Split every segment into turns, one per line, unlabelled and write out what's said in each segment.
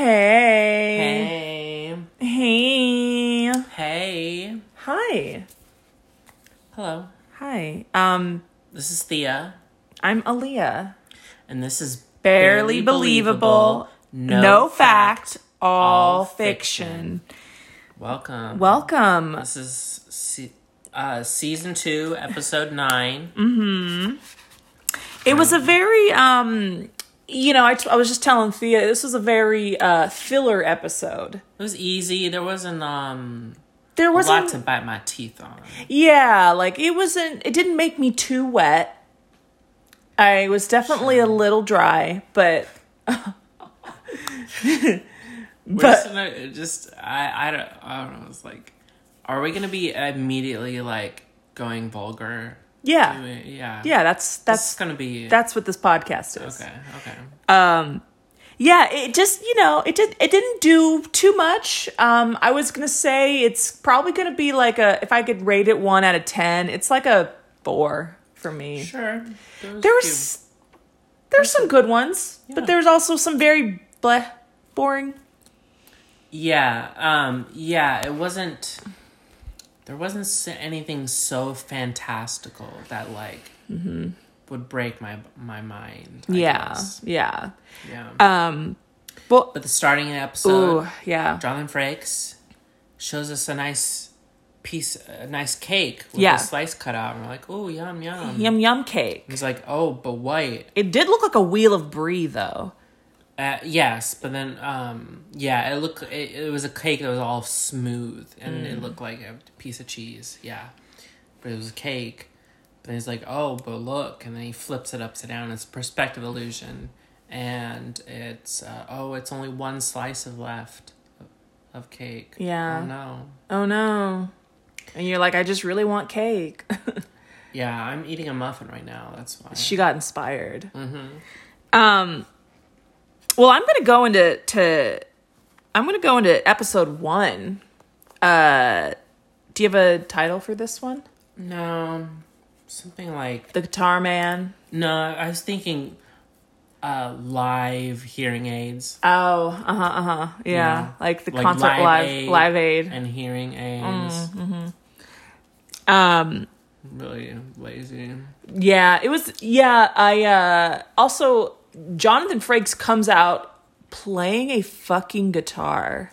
Hey.
Hey.
Hey.
Hey.
Hi.
Hello.
Hi. Um,
This is Thea,
I'm Aaliyah.
and this is
Barely believable. No, fact. All,
all
fiction.
Welcome.
Welcome.
this is se- uh, season two, episode nine.
Mm. It was a very um, you know, I, t- I was just telling Thea this was a very uh filler episode.
It was easy. There wasn't um
There
a lot
wasn't
to bite my teeth on.
Yeah, like it wasn't it didn't make me too wet. I was definitely a little dry, but
We're
But-
just, gonna, just I I don't I don't know. It's like, are we gonna be immediately like going vulgar?
yeah.
Yeah.
Yeah, that's
That's
that's
gonna be
that's what this podcast is.
okay. Okay.
Yeah, it just you know it did it didn't do too much. Um, I was gonna say it's probably gonna be like a if I could rate it one out of ten, it's like a four for me.
Sure.
There was there's some good ones,
Yeah.
but there's also some very bleh, boring.
Yeah, um, yeah, it wasn't. There wasn't s- anything so fantastical that like would break my my mind. I
Mm-hmm. yeah,
guess.
yeah.
yeah.
Um, well,
but the starting of the episode,
ooh, yeah.
Jonathan Frakes shows us a nice piece, a nice cake with
Yeah.
a slice cut out, and we're like, "Oh, yum yum."
Yum yum cake.
He's like, "Oh, but white."
It did look like a wheel of brie though.
Uh, yes, but then um, yeah, it looked it, it was a cake that was all smooth and it looked like a piece of cheese. Yeah, but it was a cake. But then he's like, "Oh, but look!" And then he flips it upside down. It's perspective illusion, and it's uh, oh, it's only one slice of left of, of cake.
Yeah.
Oh no.
Oh no. And you're like, I just really want cake.
Yeah, I'm eating a muffin right now. That's why.
she got inspired.
Mm-hmm.
Um, well, I'm gonna go into to I'm gonna go into episode one. Uh, do you have a title for this one?
no, something like
The Guitar Man.
no. I was thinking, uh, live hearing aids.
Oh, uh huh, uh huh. Yeah.
Yeah.
like the
Like
concert
Live
live
Aid.
Live Aid.
and hearing aids.
Um,
Really lazy.
yeah, it was. Yeah, I uh also Jonathan Frakes comes out playing a fucking guitar.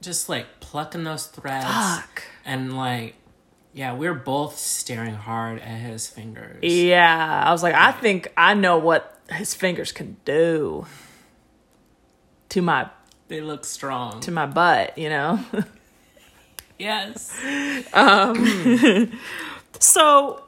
Just like plucking those threads.
Fuck.
And like, yeah, we are both staring hard at his fingers.
E Yeah, I was like, I think I know what his fingers can do to my
They look strong.
to my butt, you know.
yes.
So,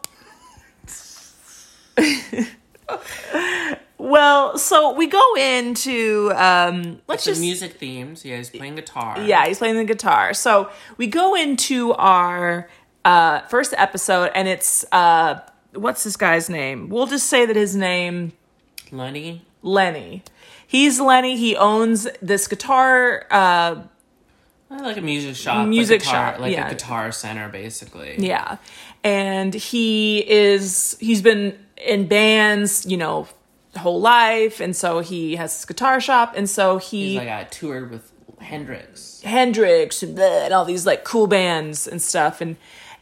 well, so we go into um, let's
The
just E
music themes. Yeah, he's playing guitar.
yeah, he's playing the guitar. So we go into our uh, first episode, and it's uh, what's this guy's name? We'll just say that his name
Lenny.
Lenny. He's Lenny. He owns this guitar. Uh,
I Like a music shop.
Music
a guitar,
shop,
Like
yeah.
a guitar center, basically.
yeah, and he is. He's been in bands, you know, whole life, and so he has this guitar shop, and so he
He's like, I toured with Hendrix.
Hendrix and, blah, and all these like cool bands and stuff, and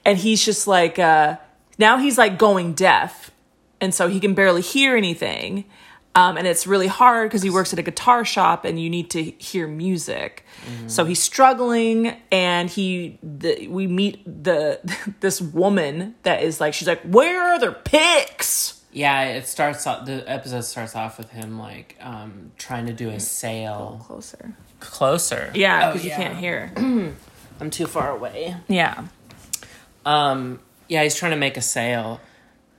and he's just like uh, now he's like going deaf, and so he can barely hear anything. Um, and it's really hard because he works at a guitar shop and you need to hear music.
Mm-hmm.
So he's struggling, and he the, we meet the this woman that is like she's like, "Where are their picks?"
Yeah, it starts off, the episode starts off with him like um trying to do a sale
Mm. Closer.
closer.
Yeah,
Oh,
because
yeah.
you can't hear.
I'm too far away.
yeah.
Um, yeah, he's trying to make a sale,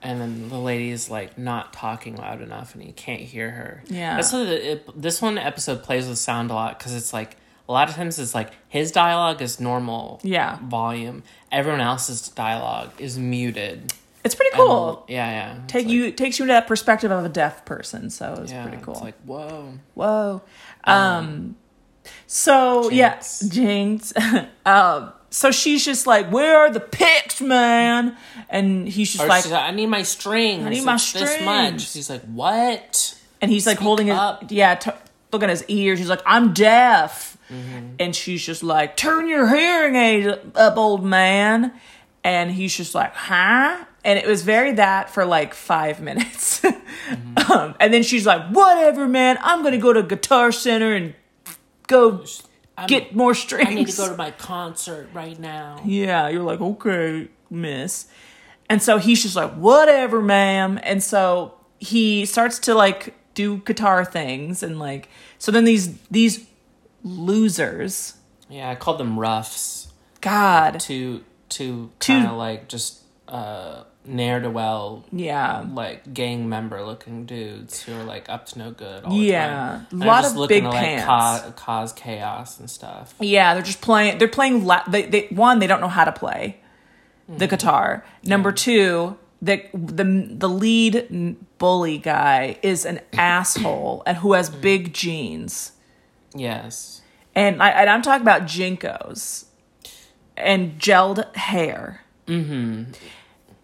and then the lady's like not talking loud enough, and he can't hear her.
Yeah.
that's what the- it, this one episode plays with sound a lot because it's like a lot of times it's like his dialogue is normal,
Yeah.
volume. Everyone else's dialogue is muted.
It's pretty
And-
cool.
yeah, yeah. It's
take
like-
you takes you to that perspective of a deaf person so it's
yeah,
pretty cool
It's like whoa.
whoa um, so yes
Jinx.
yeah, jinx um so she's just like where are the pics man and he's just
Or
like
she's like, I need my strings. I
need my
This much.
strings.
He's like, what?
and he's like holding his
up.
yeah t- looking at his ears. He's like, I'm deaf.
Mm-hmm.
And she's just like, Turn your hearing aid up, old man. And he's just like, Huh? And it was very that for like five minutes.
Mm-hmm.
um, and then she's like, Whatever, man. I'm going to go to Guitar Center and go
I'm-
get more strings.
I need to go to my concert right now.
Yeah, you're like, okay, miss. And so he's just like, whatever, ma'am. And so he starts to like do guitar things and like so then these these losers,
Yeah, I called them roughs.
God.
To to kind of like just uh ne'er do well
Yeah.
like gang member looking dudes who are like up to no good. All
Yeah.
the time. And
Lot
are just
of big
looking to, like,
pants.
Cause, cause chaos and stuff.
Yeah, they're just playing they're playing la- they, they one, they don't know how to play
Mm-hmm.
the guitar. Number 2, the the the lead bully guy is an asshole and who has big jeans.
Yes.
and I and I'm talking about jinkos and gelled hair. Mm-hmm.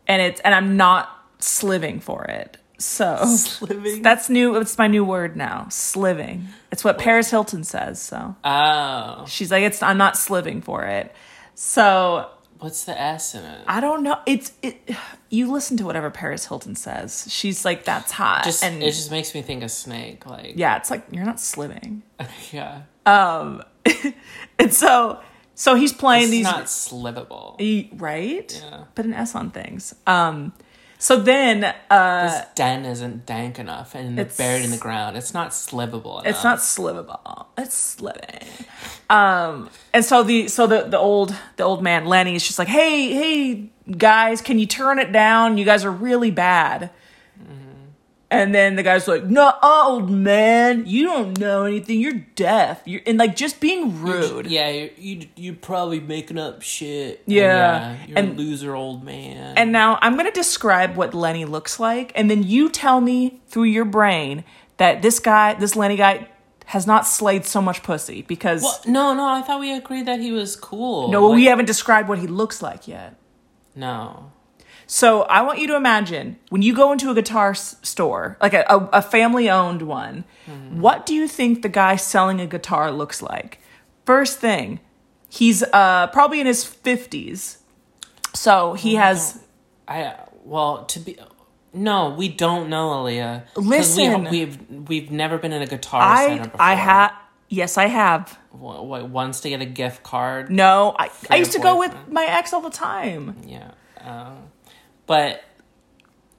And it's and I'm not sliving for it. So
Living.
that's new. It's my new word now. Sliving. It's what Paris Hilton says. So
Oh,
she's like, it's I'm not sliving for it. So
what's the S in it?
I don't know. It's it. You listen to whatever Paris Hilton says. She's like, that's hot.
Just
and
it just makes me think of snake. Like
yeah, it's like you're not sliving.
yeah.
And so so he's playing
It's
these.
not slivable.
E- right?
Yeah.
Put an S on things. Um, so then uh,
this den isn't dank enough and it's,
it's-
buried in the ground. It's not slivable.
it's not slivable. It's sliving. Um, and so the so the the old the old man Lenny is just like, hey hey guys, can you turn it down? You guys are really bad. And then the guy's like, "No, old man, you don't know anything. You're deaf. You're and like just being rude."
Yeah, you you you're probably making up shit.
Yeah.
you're
And-
a loser, old man.
And now I'm going to describe what Lenny looks like, and then you tell me through your brain that this guy, this Lenny guy, has not slayed so much pussy because
What? no, no, I thought we agreed that he was cool.
no,
Like,
we haven't described what he looks like yet.
no.
So I want you to imagine when you go into a guitar s- store, like a, a, a family owned one,
Hmm.
what do you think the guy selling a guitar looks like? First thing, he's uh, probably in his 50s. So he
Oh,
has
I well to be no, we don't know, Aaliyah. 'Cause
Listen.
we, have we've never been in a guitar center
I
before.
I have yes I have
Wha- what, once to get a gift card.
No, I, I
your
used to go with
boyfriend.
my ex all the time.
Yeah. Um, but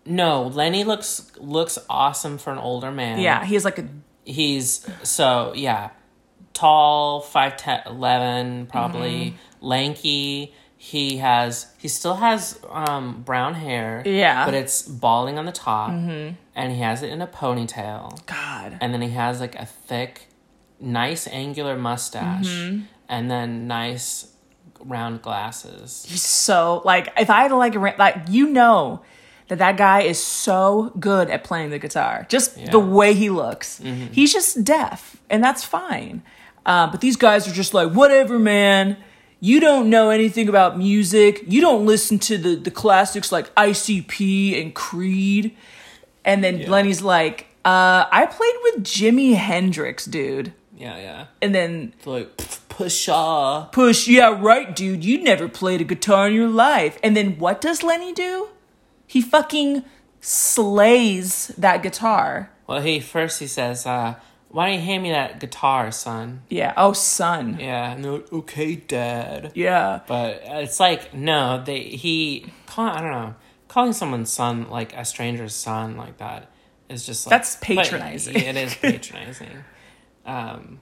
no, Lenny looks looks awesome for an older man.
Yeah, he's like a
He's so yeah. Tall, 5'10", 11, probably
Mm-hmm.
lanky. He has he still has um brown hair.
Yeah. Mm-hmm.
But it's balling on the top. And he has it in a ponytail.
god.
And then he has like a thick, nice angular mustache
Mm-hmm.
and then nice round glasses.
He's so like if I had to like a ra- like you know that that guy is so good at playing the guitar. Just the way he looks. He's just deaf, and that's fine. Uh, but these guys are just like whatever, man. You don't know anything about music. You don't listen to the the classics like ICP and Creed. And then Lenny's like, uh, I played with Jimi Hendrix, dude.
Yeah, yeah.
And then
like Pusha.
push yeah right dude you never played a guitar in your life and then what does lenny do he fucking slays that guitar
Well, he first he says, uh, "Why don't you hand me that guitar, son?"
yeah oh son yeah,
Yeah, and they're like, "Okay, dad." But it's like no, they he call, I don't know calling someone's son like a stranger's son like that is just like
That's
but
patronizing.
it is patronizing. um,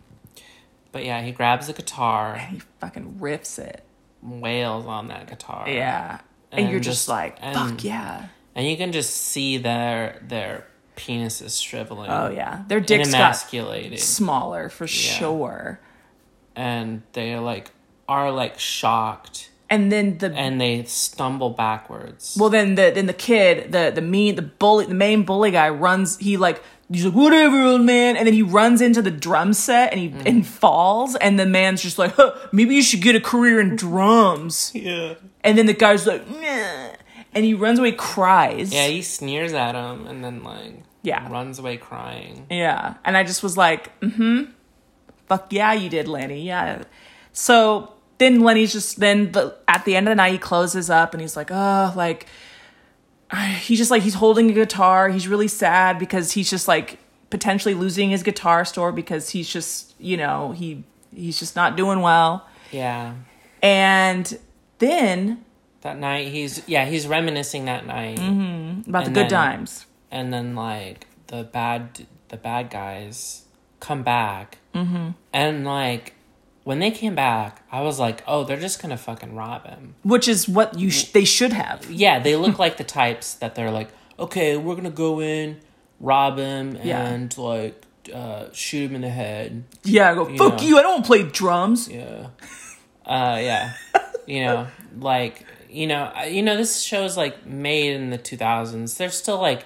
but yeah, he grabs the guitar,
he fucking riffs it
wails on that guitar.
yeah and, you're
And
just,
just-
like
and-
fuck yeah
and you can just see their their penises shriveling,
oh yeah their
and
dicks got
emasculated.
smaller for sure
and they like are like shocked
and then the
and they stumble backwards.
Well, then the then the kid, the the mean the bully, the main bully guy runs. He like he's like whatever, old man, and then he runs into the drum set and he and falls. And the man's just like, huh, maybe you should get a career in drums.
yeah.
And then the guy's like, nah. and he runs away, cries.
Yeah, he sneers at him and then like
Yeah.
runs away crying.
Yeah. And I just was like, mm hmm. Fuck yeah, you did, Lenny. Yeah. So then Lenny's just, then the, at the end of the night, he closes up and he's like, oh, like, he's just like, he's holding a guitar. He's really sad because he's just like potentially losing his guitar store because he's just, you know, he, he's just not doing well.
Yeah.
And then
That night he's yeah, he's reminiscing that night
Mm-hmm. about
And
the good
then-
times.
and then like the bad the bad guys come back. Mm-hmm. And like when they came back, I was like, "Oh, they're just going to fucking rob him."
which is what you sh- they should have.
Yeah, they look like the types that they're like, "Okay, we're going to go in, rob him
Yeah.
and like uh, shoot him in the head."
Yeah, I go fuck
Yeah.
you. I don't want to play drums.
Yeah. Uh, yeah. you know, like you know, I- you know, this show's like made in the two thousands. They're still like,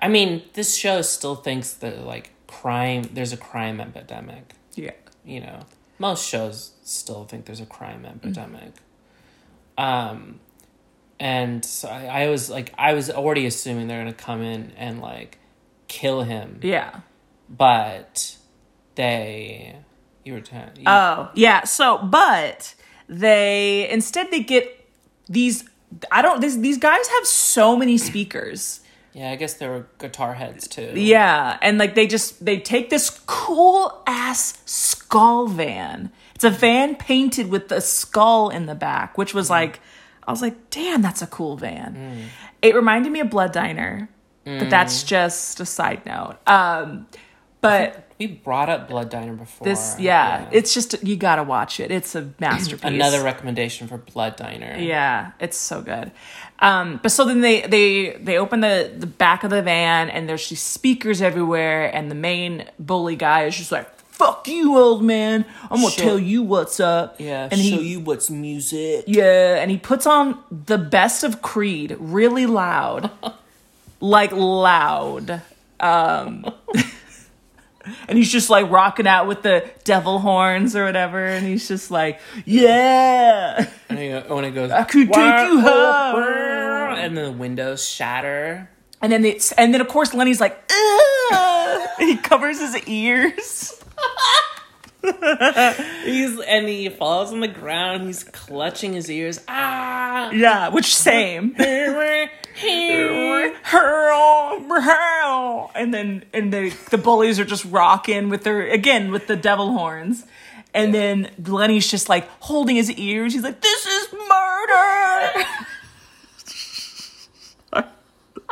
I mean, this show still thinks that like crime. There's a crime epidemic.
Yeah,
You know, most shows still think there's a crime epidemic. Um, and so I, I was like, I was already assuming they're gonna come in and like kill him,
yeah.
but they. You were telling. you-
Oh, yeah. So, but they instead they get these. I don't. These these guys have so many speakers.
Yeah, I guess there were guitar heads too.
Yeah, and like they just they take this cool ass skull van. It's a van painted with a skull in the back, which was like I was like, "Damn, that's a cool van." Mm. It reminded me of Blood Diner, but that's just a side note. Um but
We brought up Blood Diner before.
this yeah, it's just you got to watch it. It's a masterpiece.
another recommendation for Blood Diner.
Yeah, it's so good. Um, but so then they they they open the the back of the van and there's these speakers everywhere and the main bully guy is just like fuck you old man I'm gonna
Show-
tell you what's up
Yeah,
and
show
he
you what's music.
yeah and he puts on the best of Creed really loud like loud um. And he's just like rocking out with the devil horns or whatever, and he's just like, "Yeah,
And he- uh, when it goes,
I could
"Wah,
take you
wah,
home."
wah," and then the windows shatter.
And then it's and then of course Lenny's like, Ugh! he covers his ears.
He's and he falls on the ground. He's clutching his ears. Ah.
Yeah, which same. and then and the the bullies are just rocking with their again with the devil horns. And then Lenny's just like holding his ears. He's like, "This is murder.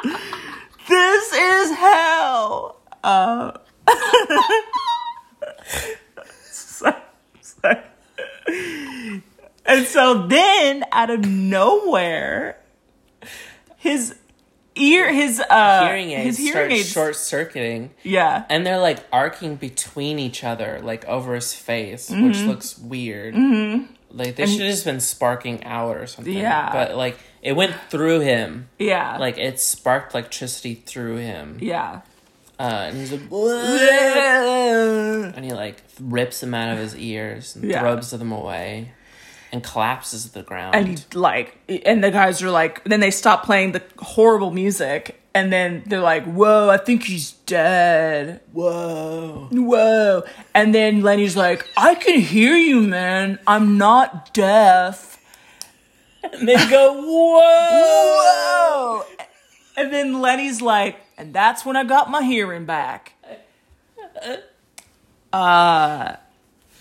this is hell." Uh, so- so- and so then out of nowhere, his ear, his uh,
hearing aids
his hearing
start
aids,
short circuiting.
yeah,
and they're like arcing between each other, like over his face, which
Mm-hmm.
looks weird. Like they should have just been sparking out or something.
Yeah.
but like it went through him.
yeah,
Like it sparked electricity through him,
yeah.
uh, and he's like, "Bleh,"
Yeah.
and he like rips them out of his ears and
Yeah.
throws them away, and collapses to the ground.
And he, like, and the guys are like, then they stop playing the horrible music, and then they're like, "Whoa, I think he's dead."
Whoa!
Whoa. And then Lenny's like, I can hear you, man. I'm not deaf.
And they go, "Whoa!"
Whoa. And then Lenny's like, and that's when I got my hearing back. Uh,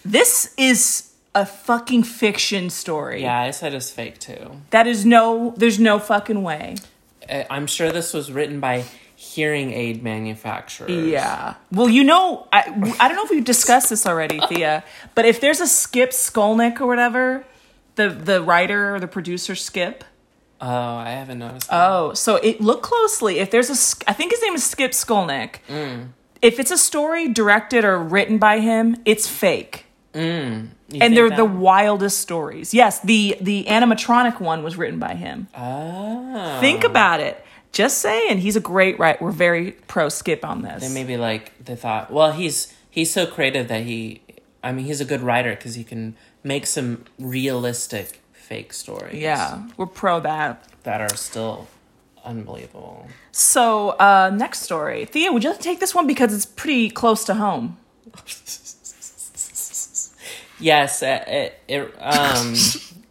this is a fucking fiction story.
Yeah, I said it's fake too.
That is no, there's no fucking way.
I- I'm sure this was written by hearing aid manufacturers.
Yeah. Well, you know, I, I don't know if we've discussed this already, Thea, but if there's a Skip Skolnick or whatever, the, the writer or the producer Skip,
Oh, I haven't noticed. that.
Oh, so it look closely. If there's a, Sk- I think his name is Skip Skolnick.
Mm.
If it's a story directed or written by him, it's fake,
You
and
think
they're
that-
the wildest stories. Yes, the the animatronic one was written by him.
Oh.
Think about it. Just saying, he's a great writer. We're very pro Skip on this.
Maybe like they thought. Well, he's he's so creative that he. I mean, he's a good writer because he can make some realistic fake stories.
yeah, we're pro that.
That are still Unbelievable.
So, uh, next story. Thea, would you like to take this one because it's pretty close to home?
Yes, it, it, it um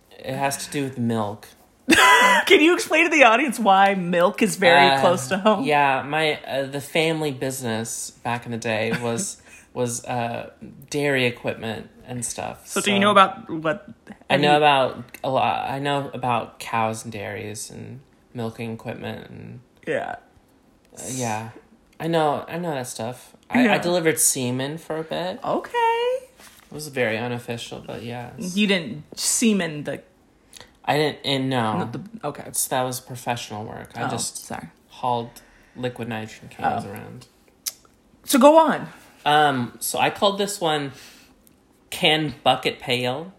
it has to do with milk.
Can you explain to the audience why milk is very
Uh,
close to home?
Yeah, my uh, the family business back in the day was was uh, dairy equipment and stuff.
So, do you know about what?
I know about a lot. I know about cows and dairies and milking equipment and
Yeah.
uh, yeah. I know. I know that stuff. I, I
Yeah.
delivered semen for a bit.
Okay.
It was very unofficial, but yeah, it's-
You didn't semen the.
I didn't. And no,
Not the okay.
It's- that was professional work. I
Oh,
just
sorry.
hauled liquid nitrogen cans around.
So go on.
Um, so I called this one can bucket pail.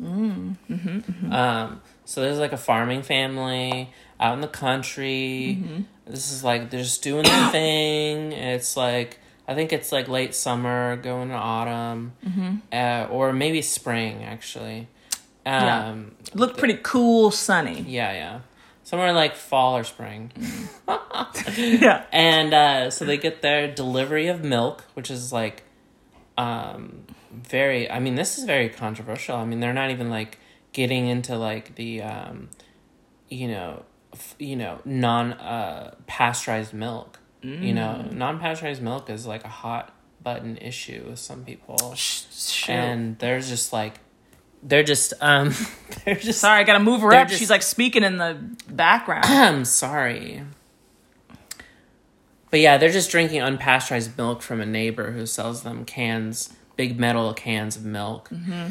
Um, so there's like a farming family out in the country. This is like they're just doing their thing. It's like I think it's like late summer, going to autumn, uh, or maybe spring actually.
Yeah.
Um,
Looked pretty cool, sunny.
yeah, yeah, somewhere like fall or spring.
Yeah.
And uh, so they get their delivery of milk, which is like um, very, I mean, this is very controversial. I mean, they're not even like getting into like the, um, you know, f- you know, non uh, pasteurized milk. You know, non pasteurized milk is like a hot button issue with some people.
Sure.
And they're just like, they're just, um, they're just,
Sorry, I gotta move her
They're
up.
just-
She's like speaking in the background.
I'm sorry. But yeah, they're just drinking unpasteurized milk from a neighbor who sells them cans, big metal cans of milk.
Mm-hmm.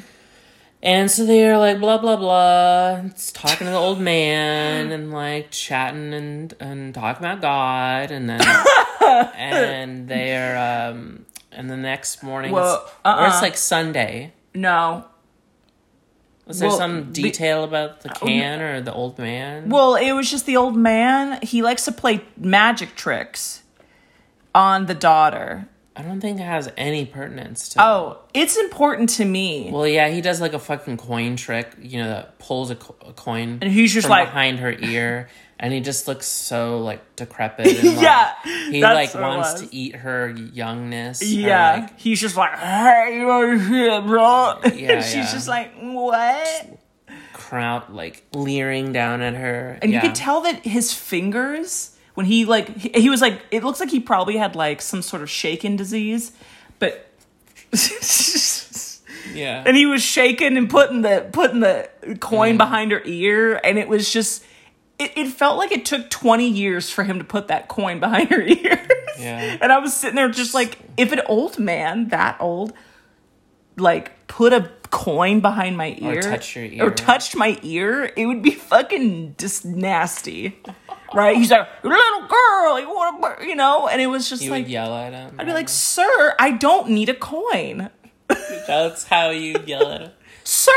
And so they're like blah blah blah, it's talking to the old man and like chatting and and talking about God, and then and they're um and the next morning,
Well,
it's, or
uh-uh.
it's like Sunday.
no.
Was there
Well, Oh,
some
be-
detail about the can or the old man?
Well, it was just the old man. He likes to play magic tricks on the daughter.
I don't think it has any pertinence to.
Oh, it's important to me.
Well, yeah, he does like a fucking coin trick, you know, that pulls a, co- a coin
And he's just
from
like-
behind her ear, and he just looks so like decrepit. And, like,
Yeah,
he
that's
like
what it
wants
was.
to eat her youngness. or,
yeah.
like,
He's just like, hey, you wanna see it, bro.
Yeah,
She's
yeah.
just like, what?
crowd like leering down at her,
And
yeah.
you could tell that his fingers, when he like, he, he was like, it looks like he probably had like some sort of shaken disease, but.
yeah,
and he was shaking and putting the putting the coin behind her ear and it was just it, it felt like it took 20 years for him to put that coin behind her ear
Yeah.
and i was sitting there just like if an old man that old like put a coin behind my ear
touched your ear.
or touched my ear it would be fucking just nasty right he's like little girl you want to you know and it was just
you
like
would yell at him.
i'd be like sir i don't need a coin
that's how you yell at him.
sir.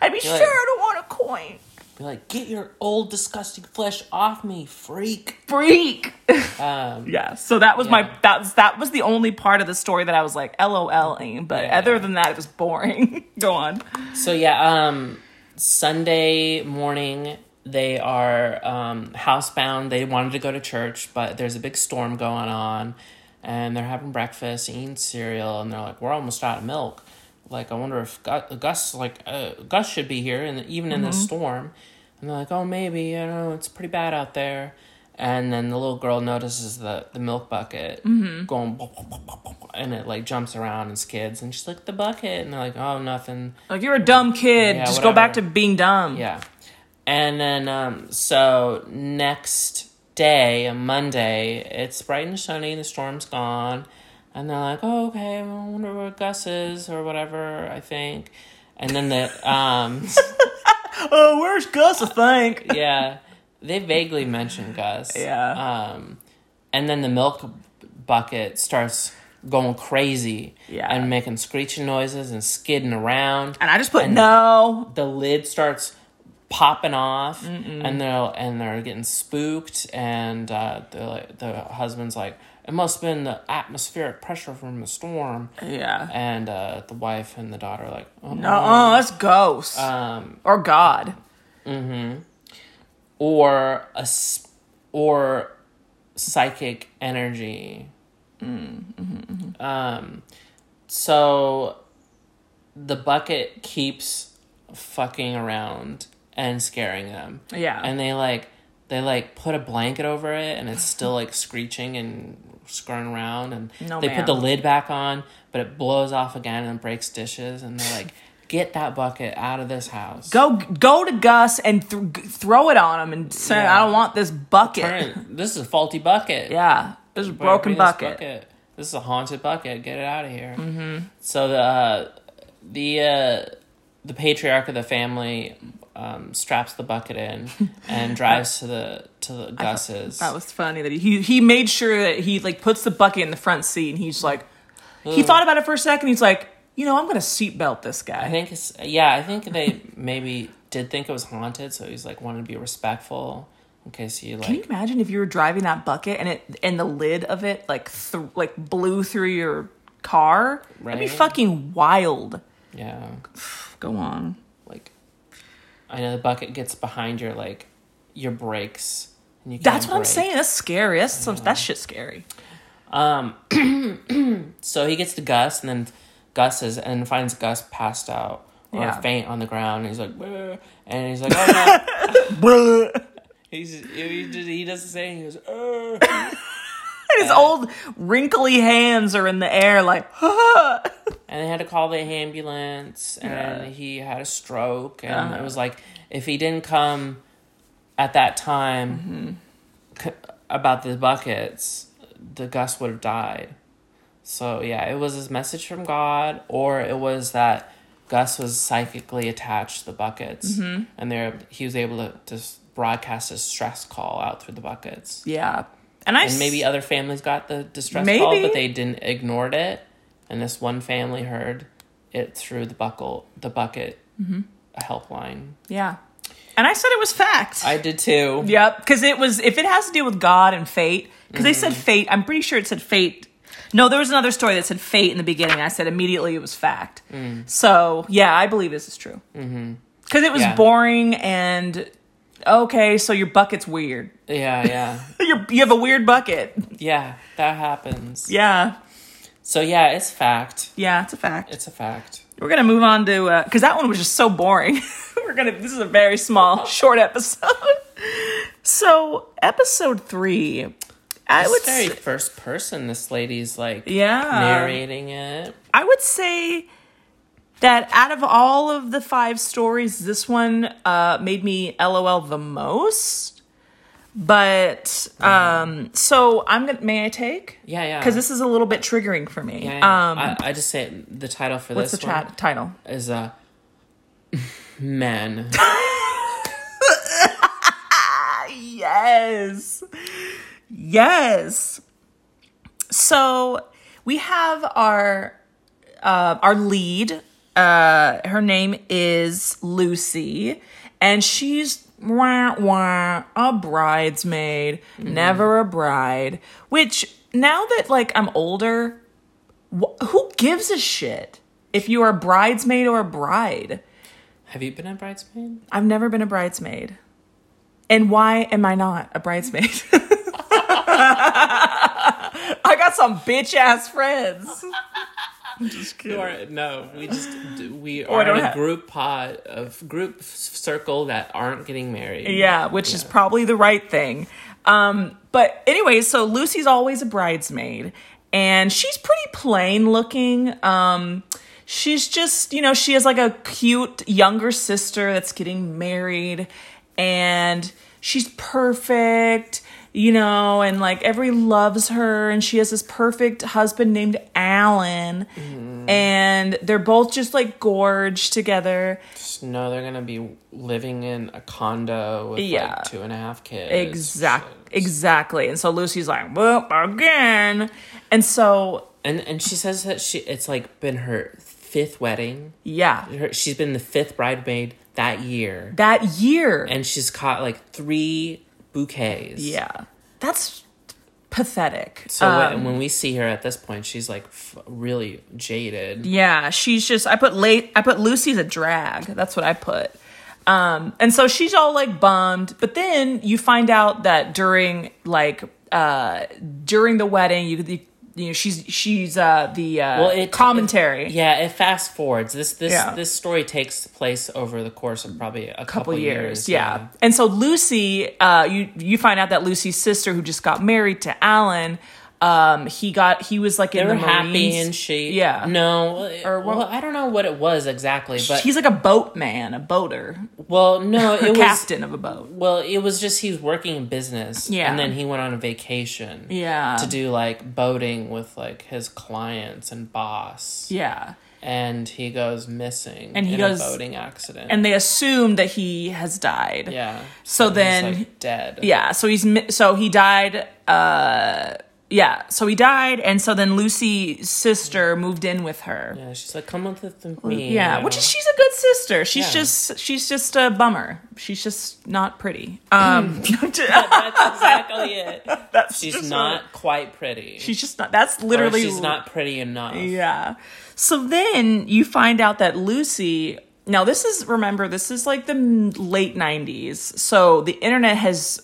I'd be
like-
sure I don't want a coin.
Be like, get your old disgusting flesh off me, freak.
Freak.
Um,
Yeah. So that was my
Yeah.
that's that was the only part of the story that I was like LOLing, eh," but
Yeah.
other than that it was boring. Go on.
So yeah, um Sunday morning they are um housebound. They wanted to go to church, but there's a big storm going on and they're having breakfast, eating cereal, and they're like, We're almost out of milk. Like I wonder if Gus, Gus like uh, Gus should be here and even in this storm. And they're like, Oh maybe, I don't know, it's pretty bad out there. And then the little girl notices the, the milk bucket going, and it like jumps around and skids. And she's like, the bucket. And they're like, oh, nothing.
Like you're a dumb kid.
Yeah,
Just go back to
whatever.
being dumb.
Yeah. And then um so next day, Monday, it's bright and sunny, the storm's gone. And they're like, Oh, okay, I wonder where Gus is or whatever, I think. And then the um
Oh, where's Gus? I think.
yeah. They vaguely mention Gus.
Yeah.
Um and then the milk bucket starts going crazy
Yeah.
and making screeching noises and skidding around
And I just put no.
the lid starts popping off and they're and they're getting spooked and uh the like, the husband's like it must have been the atmospheric pressure from the storm
Yeah.
and uh the wife and the daughter are like oh
No, uh, that's ghosts
um
or God.
or a s- or psychic energy. Mm, mm-hmm, Um, so the bucket keeps fucking around and scaring them.
Yeah.
And they like they like put a blanket over it and it's still like screeching and scurrying around and
No,
they put the
ma'am.
lid back on, but it blows off again and breaks dishes and they're like, "Get that bucket out of this house."
Go go to Gus and th- throw it on him and say,
Yeah.
I don't want this bucket.
Turn- this is a faulty bucket.
Yeah, there's a
Where
broken
is this
bucket.
This is a haunted bucket. Get it out of here. Mm-hmm. So the uh, the uh, the patriarch of the family um, straps the bucket in and drives to the to the Gus's.
That was funny that he he made sure that he like puts the bucket in the front seat and he's like, he thought about it for a second. He's like, you know, I'm gonna seatbelt this
I
guy.
think it's yeah. I think they maybe did think it was haunted, so he's like wanted to be respectful in case he like
Can you imagine if you were driving that bucket and it and the lid of it like th- like blew through your car? That'd be
Right.
fucking wild.
yeah
Go on.
like I know the bucket gets behind your like your brakes. And you
That's
can't
what I'm
brake.
saying. That's scary. That's some, that shit's scary.
So he gets to Gus, and then Gus is and finds Gus passed out or
Yeah.
faint on the ground. And he's like, "Bleh," and he's like, oh no.
His
he's he just he doesn't say. anything. He goes, "Uh."
old wrinkly hands are in the air, like.
and they had to call the ambulance, and he had a stroke, and it was like if he didn't come at that time c- about the buckets, the Gus would have died. So yeah, it was his message from God, or it was that Gus was psychically attached to the buckets, and there he was able to just broadcast his stress call out through the buckets.
yeah, and I
And maybe other families got the distress
Maybe.
call, but they didn't ignored it, and this one family heard it through the buckle, the bucket
Mm-hmm.
helpline.
Yeah. And I said it was fact.
I did too.
yep. Because it was, if it has to do with God and fate, because they
Mm-hmm.
said fate, I'm pretty sure it said fate. No, there was another story that said fate in the beginning. I said immediately it was fact.
Mm.
So, yeah, I believe this is true. Because it was
Mm-hmm. Yeah.
boring and okay, so your bucket's weird.
Yeah, yeah,
You're, you have a weird bucket.
yeah. That happens.
Yeah.
So yeah, it's fact.
Yeah, it's a fact.
It's a fact.
We're going to move on to, because that one was just so boring. We're going to, this is a very small, short episode. so, episode three. I
This
would
very
say,
first person. This lady's like
Yeah.
narrating it.
I would say that out of all of the five stories, this one uh, made me LOL the most. But um, so I'm gonna. May I take?
Yeah, yeah.
Because this is a little bit triggering for me.
Yeah,
Um,
I, I just say the title for
what's the
this one
tra- title?
is uh, men.
Yes. Yes. So we have our uh, our lead. Uh, her name is Lucy, and she's wah, wah, a bridesmaid, never a bride. Which now that like I'm older, wh- who gives a shit if you are a bridesmaid or a bride?
Have you been a bridesmaid?
I've never been a bridesmaid. And why am I not a bridesmaid? I got some bitch ass friends.
You are no. We just d- we
Oh, I
are in
don't
a
have-
group pod of group f- circle that aren't getting married.
Yeah, which is probably the right thing. Um, but anyway, so Lucy's always a bridesmaid, and she's pretty plain looking. Um, she's just, you know, she has like a cute younger sister that's getting married, and she's perfect, you know, and like everyone loves her, and she has this perfect husband named Alan, and they're both just like gorged together.
Just know they're gonna be living in a condo with
Yeah.
like two and a half kids.
Exactly.
uh,
Exactly. And so Lucy's like, well, again. And so,
And and she says that she it's like been her fifth wedding.
yeah,
Her, she's been the fifth bridesmaid that year,
that year.
and she's caught like three bouquets.
yeah. That's pathetic.
So
Um,
when, when we see her at this point, she's like f- really jaded.
yeah, she's just, I put late, I put Lucy's a drag. That's what I put. Um, and so she's all like bummed, but then you find out that during like uh during the wedding, you you, you know she's she's uh the uh
Well, it-
commentary.
Yeah, it fast forwards. This this
Yeah.
this story takes place over the course of probably a couple,
couple years,
years.
yeah. And so Lucy, uh, you you find out that Lucy's sister, who just got married to Alan, um, he got he was like
They
in
were
the
happy
Marines.
and she
Yeah.
no it-
Or what-
well I don't know what it was exactly but
he's like a boatman, a boater,
well no it was
captain of a boat.
well it was just he was working in business
Yeah.
and then he went on a vacation
Yeah,
to do like boating with like his clients and boss
yeah.
and he goes missing
And he
in
goes-
a boating accident
And they assume that he has died.
yeah
So
he's,
then
like, dead
yeah so he's mi- so he died uh yeah so he died and so then lucy's sister moved in with her
yeah she's like come with with me
yeah,
you
which
know.
is she's a good sister she's
Yeah.
just she's just a bummer she's just not pretty um
that's exactly it
that's
she's
just
not
what-
quite pretty
she's just not that's
Or
literally
she's not pretty enough
yeah so then you find out that lucy now this is remember this is like the m- late 90s so the internet has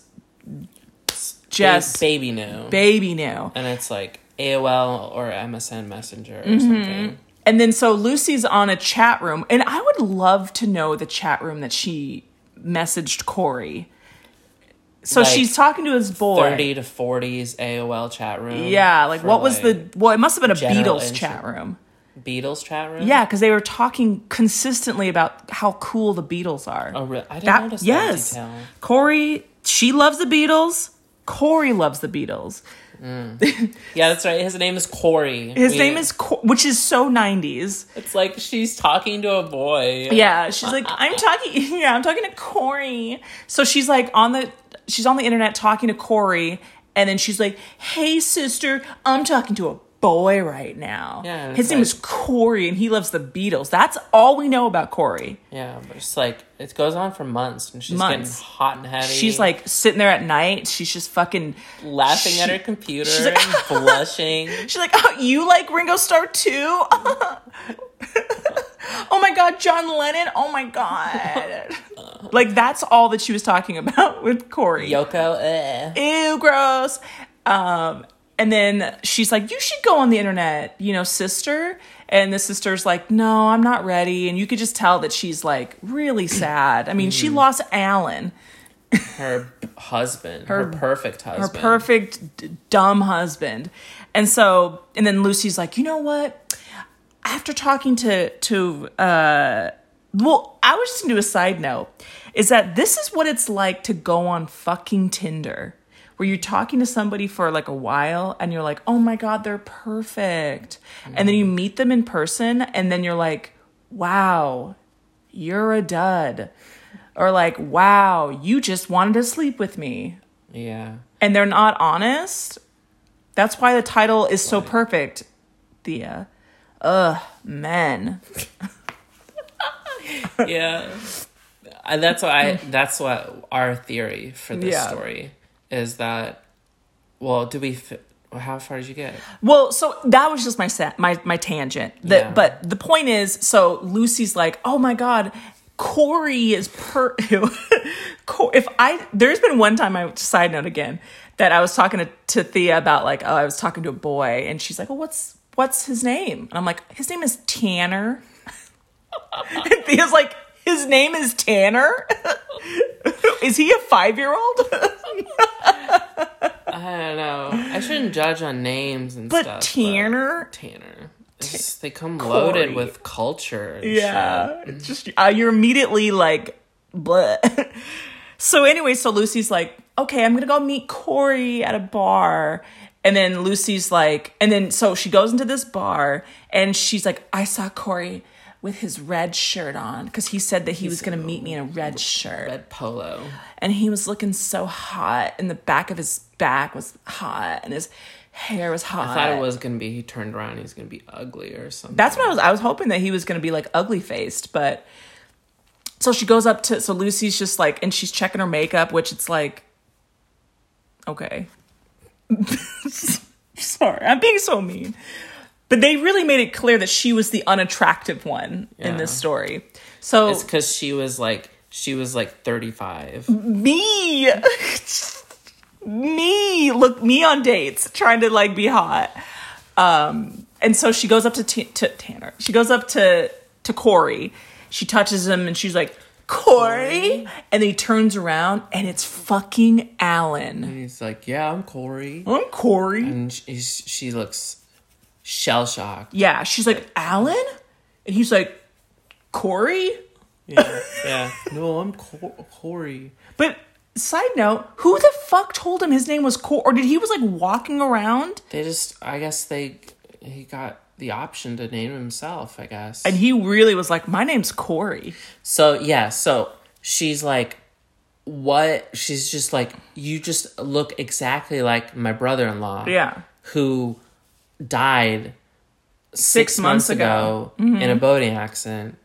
just
baby knew
baby new
and it's like AOL or MSN Messenger
Mm-hmm.
or something.
And then so Lucy's on a chat room, and I would love to know the chat room that she messaged Corey. So
Like,
she's talking to his boy.
Thirty to forties AOL chat room.
yeah, like
for,
what was the well? It must have been a
general
Beatles
info.
chat room.
Beatles chat room?
Yeah, because they were talking consistently about how cool the Beatles are.
Oh, really? I didn't
That-
notice that
yes,
detail.
Corey. She loves the Beatles. Corey loves the Beatles.
Yeah, that's right. His name is Corey.
His
We-
name is, Cor- which is so nineties.
It's like she's talking to a boy.
Yeah, she's like,
Uh-uh.
I'm talking. Yeah, I'm talking to Corey. So she's like on the she's on the internet talking to Corey, and then she's like, Hey, sister, I'm talking to a boy right now.
Yeah, and
his
it's
name
like-
is Corey, and he loves the Beatles. That's all we know about Corey.
Yeah, but it's like it goes on for months, and she's
Months.
getting hot and heavy.
She's like sitting there at night. She's just fucking.
laughing at
she-
her computer
she's like-
and blushing.
She's like, Oh, you like Ringo Starr too? oh my God, John Lennon. Oh my God. like that's all that she was talking about with Corey.
Yoko, eh.
ew, gross. Um, and then she's like, you should go on the internet, you know, sister. And the sister's like, no, I'm not ready. And you could just tell that she's like really sad. I mean, she lost Alan,
her husband, her, perfect
her
husband,
perfect d- dumb husband. And so, and then Lucy's like, you know what? After talking to to uh, well, I was just gonna do a side note. Is that this is what it's like to go on fucking Tinder, where you're talking to somebody for like a while, and you're like, oh my god, they're perfect, and then you meet them in person, and then you're like, wow, you're a dud, or like, wow, you just wanted to sleep with me
Yeah.
and they're not honest. That's why the title is so perfect, Thea. Ugh, men.
yeah and that's what i that's what our theory for this
Yeah.
story is that well do we f- how far did you get
Well, so that was just my set, my my tangent. The,
Yeah.
But the point is, so Lucy's like, oh my god, Corey is per. Cor- if I there's been one time I side note again that I was talking to, to Thea about like, oh, I was talking to a boy, and she's like, oh, what's what's his name? And I'm like, his name is Tanner. and Thea's like, his name is Tanner. is he a five year old?
i don't know i shouldn't judge on names and
But
stuff
Tanner.
tanner It's just- they come loaded
Corey.
with culture and shit.
Yeah, it's just uh, you're immediately like, bleh. so anyway, so Lucy's like, okay, I'm gonna go meet Corey at a bar, and then Lucy's like, and then so she goes into this bar and she's like, I saw Corey with his red shirt on because he said that he was gonna meet me in a red shirt,
red polo
and he was looking so hot, and the back of his back was hot, and his hair was hot.
i thought it was gonna be he turned around he's gonna be ugly or something
That's what I was. I was hoping that he was going to be like ugly faced, but so she goes up to so Lucy's just like, and she's checking her makeup, which it's like, okay, sorry, I'm being so mean, but they really made it clear that she was the unattractive one in this
Yeah.
story. So
it's because she was like She was like 35.
me me look me on dates trying to like be hot um and so she goes up to, t- to tanner she goes up to to corey she touches him and she's like corey and then he turns around and it's fucking alan
And he's like, Yeah, I'm Corey.
i'm corey
And she, she looks shell shocked.
yeah she's like alan and he's like corey
Yeah. yeah. No, I'm Cor- Corey.
but side note who the fuck told him his name was corey or did he was like walking around
They just, I guess they, he got the option to name himself, I guess.
and he really was like my name's corey
So yeah, so she's like, what? She's just like, you just look exactly like my brother in law.
Yeah.
Who died six, months,
months Mm-hmm.
ago, in a boating accident.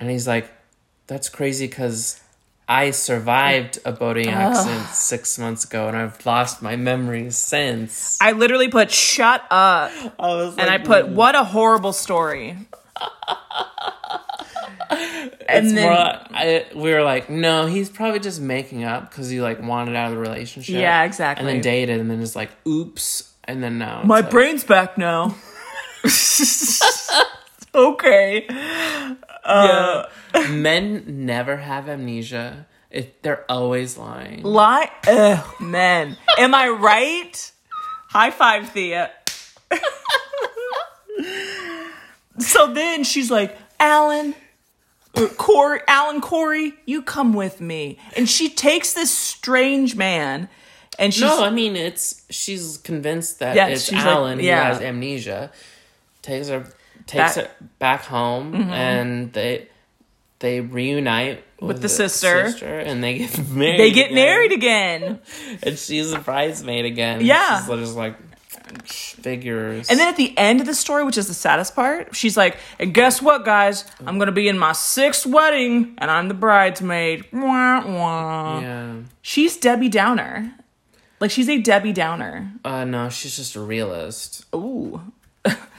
And he's like, that's crazy because I survived a boating accident six months ago and I've lost my memories since.
I literally put shut up
I was
and I put what a horrible story. and then
Well, I, we were like, no, he's probably just making up because he like wanted out of the relationship.
Yeah, exactly.
And then dated, and then it's like, oops, and then now it's
my
like,
brain's back now. okay.
Men never have amnesia. If they're always lying.
Lie ugh, men. Am I right? High five, Thea. so then she's like, Alan, uh, Corey, Alan Corey, you come with me. And she takes this strange man and she's
No, I mean it's. She's convinced that
Yeah,
it's
she's like,
Alan
yeah.
who has amnesia. Takes her,
Back-
takes
Mm-hmm.
her back home, and they they reunite with,
the sister.
and they get married.
they get
again.
married again.
and she's a bridesmaid again.
Yeah.
she's just like figures.
And then at the end of the story, which is the saddest part, she's like, and guess what, guys? I'm going to be in my sixth wedding and I'm the bridesmaid. Wah, wah.
yeah,
She's Debbie Downer. Like, she's a Debbie Downer.
uh, no, she's just a realist.
Ooh.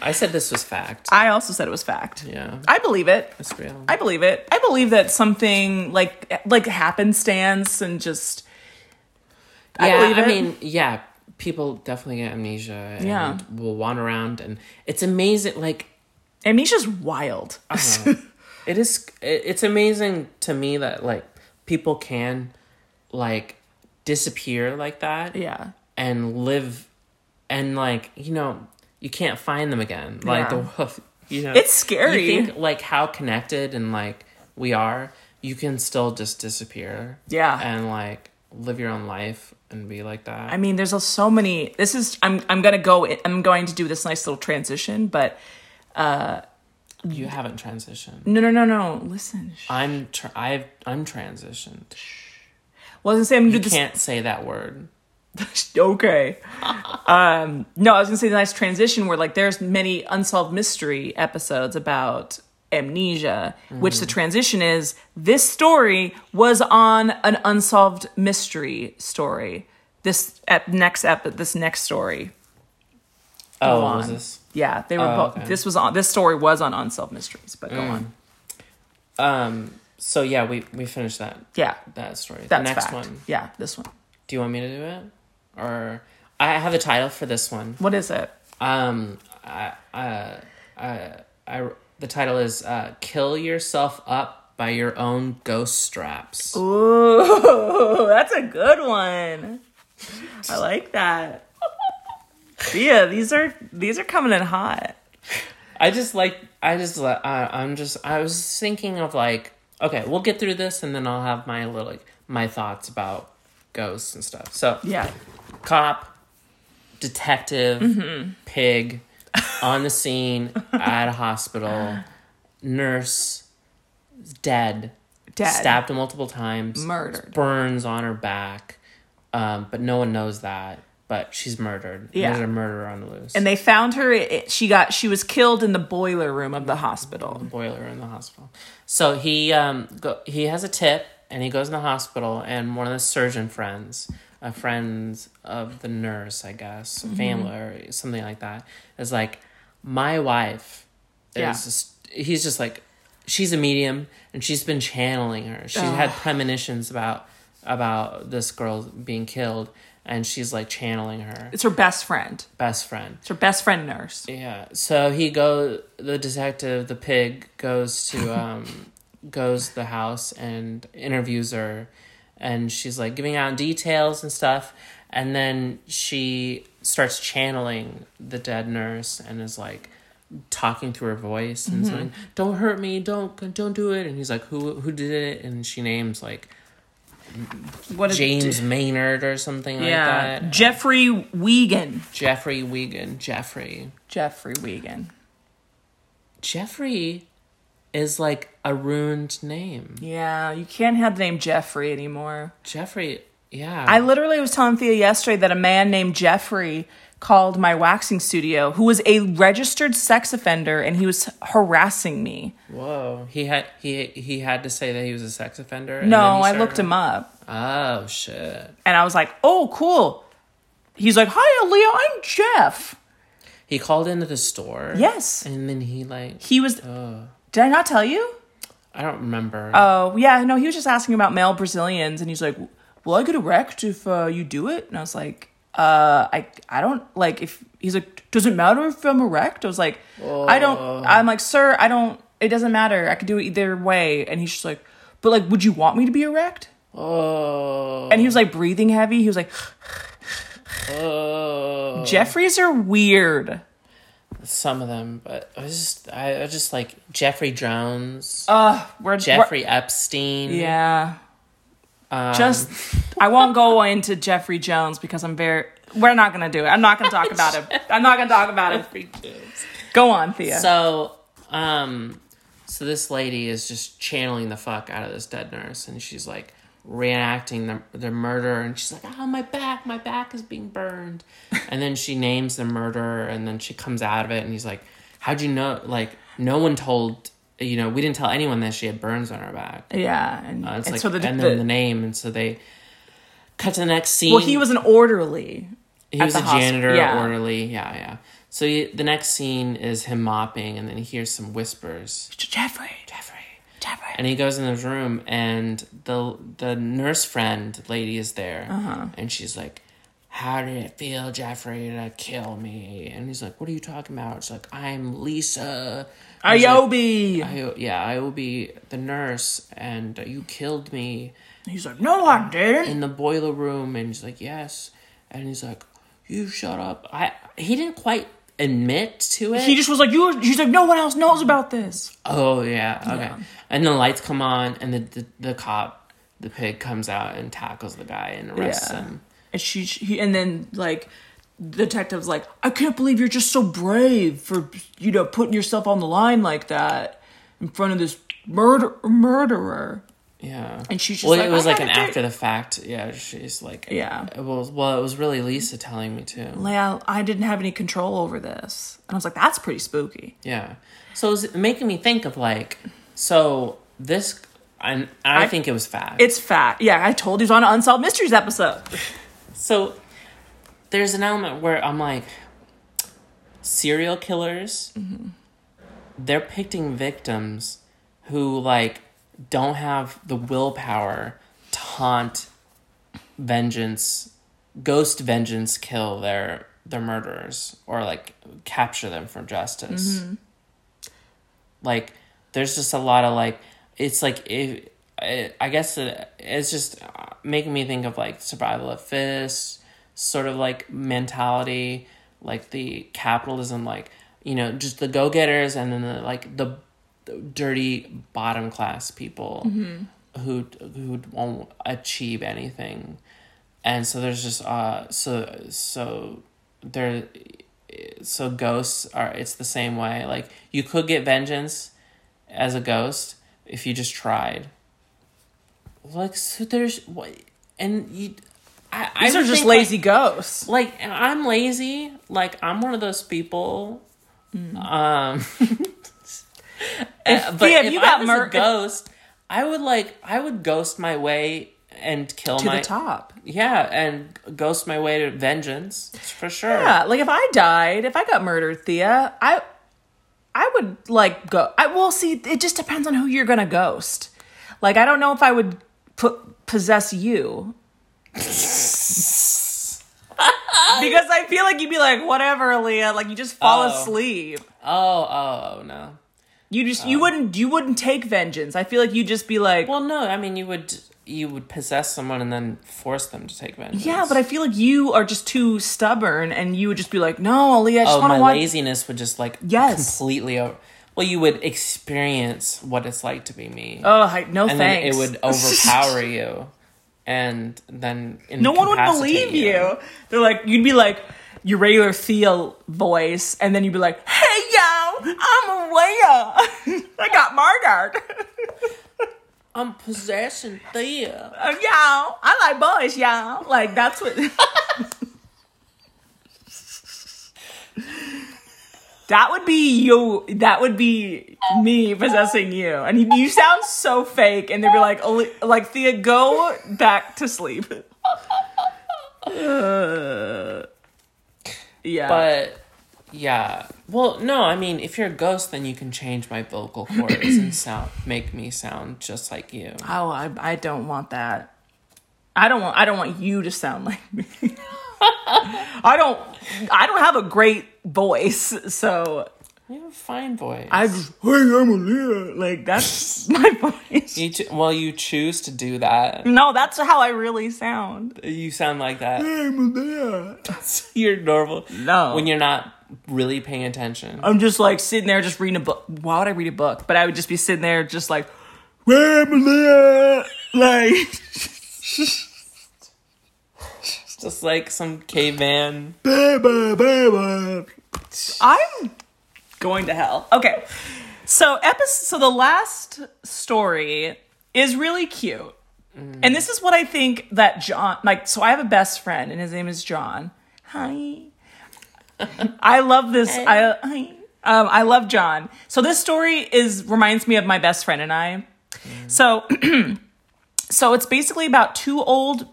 I said this was fact.
I also said it was fact.
Yeah,
I believe it.
it's real.
I believe it. I believe that something like like happenstance and just I
yeah,
believe
I
it.
mean, yeah, people definitely get amnesia. And
Yeah.
will wander around, and it's amazing. Like
amnesia's wild.
it is it- it's amazing to me that like people can like disappear like that
yeah.
and live and like you know you can't find them again like
Yeah.
the wolf you know
It's scary.
you think like how connected and like we are you can still just disappear
Yeah.
and like live your own life and be like that
I mean, there's a- so many. This is I'm I'm gonna go. I'm going to do this nice little transition, but
you haven't transitioned
no, no, no, no. Listen, Shh.
i'm tr i've i'm transitioned
well, I was gonna say I'm gonna do
you
this.
can't say that word
okay. um, no, I was gonna say the nice transition where like there's many unsolved mystery episodes about amnesia, which the
Mm.
transition is this story was on an unsolved mystery story. This ep- next ep- this next story.
oh
Go
what was
on.
this
Yeah, they were
Oh,
both.
okay. Mm.
This was on. This story was on unsolved mysteries, but go on.
um so yeah we we finished that
Yeah,
that story
that's
the next
fact.
one
Yeah, this one.
do you want me to do it or i have a title for this one
What is it?
Um, I, uh, I, I, the title is uh, "Kill Yourself Up by Your Own Ghost Straps."
Ooh, that's a good one. I like that. Yeah, these are these are coming in hot.
I just like, I just, li- I, I'm just, I was thinking of like, okay, we'll get through this, and then I'll have my little like, my thoughts about ghosts and stuff. So,
Yeah.
cop, detective, pig, on the scene at a hospital, nurse, dead.
Dead.
stabbed multiple times,
Murdered.
burns on her back, um, but no one knows that. But she's murdered.
Yeah.
there's a murderer on the loose.
And they found her it, she got she was killed in the boiler room of the hospital.
boiler in the hospital. So he um go, he has a tip, and he goes in the hospital, and one of the surgeon friends, a friend of the nurse, I guess,
Mm-hmm.
family or something like that, is like, my wife.
Yeah.
Is just, he's just like, she's a medium and she's been channeling her. She's had premonitions about about this girl being killed and she's like channeling her
It's her best friend.
best friend.
It's her best friend nurse.
Yeah. So he go the detective, the pig goes to um goes to the house and interviews her and she's like giving out details and stuff and then she starts channeling the dead nurse and is like talking through her voice
Mm-hmm.
and saying, "Don't hurt me. Don't don't do it." And he's like, "Who who did it?" And she names like
What a
James Maynard or something
yeah.
like that.
Jeffrey Wiegand.
Jeffrey Wiegand, Jeffrey.
Jeffrey Wiegand.
Jeffrey is like a ruined name.
Yeah, you can't have the name Jeffrey anymore.
Jeffrey, yeah.
I literally was telling Thea yesterday that a man named Jeffrey called my waxing studio who was a registered sex offender and he was harassing me.
Whoa. He had he he had to say that he was a sex offender. and then
No, I
he started-
looked him up
Oh shit.
and I was like, "Oh, cool." He's like, "Hi, Leo, I'm Jeff."
He called into the store.
Yes.
And then he like
He was Did I not tell you?
I don't remember.
Oh, yeah, no, he was just asking about male Brazilians and he's like, "Will I get erect if uh, you do it?" And I was like, "Uh, I I don't like if he's like, "Does it matter if I'm erect?" I was like, "I don't I'm like, "Sir, I don't it doesn't matter. I could do it either way." And he's just like, "But like, would you want me to be erect?"
oh.
And he was like breathing heavy. He was like,
oh.
"Jeffries are weird."
Some of them, but I was just I, I was just like Jeffrey Jones,
Ugh, we're
Jeffrey Epstein.
we're- Uh, yeah.
Um,
Just, I won't go into Jeffrey Jones because I'm very. We're not gonna do it. I'm not gonna talk about it. I'm not gonna talk about it.
Jeffrey Jones.
Go on, Thea.
So, um, so this lady is just channeling the fuck out of this dead nurse, and she's like reenacting the the murder, and she's like, "Oh, my back, my back is being burned," and then she names the murderer, and then she comes out of it, and he's like, "How'd you know? Like, no one told." You know, we didn't tell anyone that she had burns on her back.
yeah, and,
Uh, it's
and
like,
so the,
and
the-
then the name, and so they cut to the next scene.
well, he was an orderly.
He
at
was
the
a janitor,
hosp- yeah.
orderly. Yeah, yeah. So you, the next scene is him mopping, and then he hears some whispers.
Jeffrey,
Jeffrey.
Jeffrey.
And he goes in his room, and the the nurse friend lady is there,
Uh-huh.
and she's like, "How did it feel, Jeffrey, to kill me?" And he's like, "What are you talking about?" She's like, "I'm Lisa." And he's like,
Ayobi.
I, yeah, I will be the nurse, and you killed me
he's like, no, I didn't.
in the boiler room and he's like yes and he's like you shut up i he didn't quite admit to it
He just was like, you. He's like, no one else knows about this.
oh yeah okay
Yeah.
and the lights come on and the, the the cop the pig comes out and tackles the guy and arrests
Yeah.
him
And she, he, and then like, the detective's like, I can't believe you're just so brave for you know putting yourself on the line like that in front of this murder murderer.
yeah
And she's just
well
like, "Oh,
it was
"I
like an
had a date."
after the fact yeah she's like
Yeah.
it was well it was really lisa telling me to
Leia, I didn't have any control over this. And I was like, that's pretty spooky.
yeah so it was making me think of like so this and i,
I-
think it was fact
It's fat. Yeah, I told you it was on an Unsolved Mysteries episode.
So there's an element where I'm like, serial killers, they're picking victims who like don't have the willpower to haunt vengeance, ghost vengeance, kill their their murderers or like capture them for justice. Like there's just a lot of like it's like if I I guess it, it's just uh, making me think of like survival of fittest sort of like mentality, like the capitalism, like you know, just the go getters, and then the, like the dirty bottom class people who who won't achieve anything, and so there's just uh so so there so ghosts are it's the same way like you could get vengeance as a ghost if you just tried like so there's what and you I, I
These are
would
just
think, like,
lazy ghosts.
like and I'm lazy. Like I'm one of those people.
Mm.
Um, Uh, but
Thea, if
if
you
I
got
was
mur-
a ghost, I would like I would ghost my way and kill
To
my
the top.
Yeah, and ghost my way to vengeance for sure.
Yeah, like if I died, if I got murdered, Thea, I I would like go. I will see. It just depends on who you're gonna ghost. Like I don't know if I would put possess you. because I feel like you'd be like, whatever, Leah. Like you just fall
Oh.
asleep.
Oh, oh, oh, no.
You just you wouldn't you wouldn't take vengeance. I feel like you'd just be like,
Oh. Well, no. I mean, you would you would possess someone and then force them to take vengeance.
yeah, but I feel like you are just too stubborn, and you would just be like, no, Leah, I just
oh,
want
my
to watch.
laziness would just like
Yes.
completely over. Well, you would experience what it's like to be me,
oh, I, no thanks.
and then it would overpower you, and then
no one would believe you. They're like, you'd be like your regular Thea voice, and then you'd be like, hey, yo, I'm Leah. I got murdered.
I'm possessing Thea.
Uh, y'all, I like boys, y'all. Like that's what. that would be you. That would be me possessing you, and you, you sound so fake. And they'd be like, "Ali- like Thea, go back to sleep. Uh, yeah,
But yeah, well, no. I mean, if you're a ghost, then you can change my vocal cords and sound make me sound just like you.
oh, I, I don't want that. I don't want. I don't want you to sound like me. I don't. I don't have a great voice, so
You have a fine voice.
I just, hey, I'm a leader. Like, that's my voice.
You ch- well, you choose to do that.
No, that's how I really sound.
You sound like that.
I'm a leader.
you're normal.
No.
When you're not really paying attention.
I'm just like sitting there just reading a book. Why would I read a book? But I would just be sitting there just like, I'm a leader. Like,
It's just like some caveman.
baby, baby. I'm going to hell. Okay. So, episode, so the last story is really cute. And this is what I think that John, like, so I have a best friend and his name is John. Hi. I love this. I, hi. Um, I love John. So this story is reminds me of my best friend and I. So, so it's basically about two old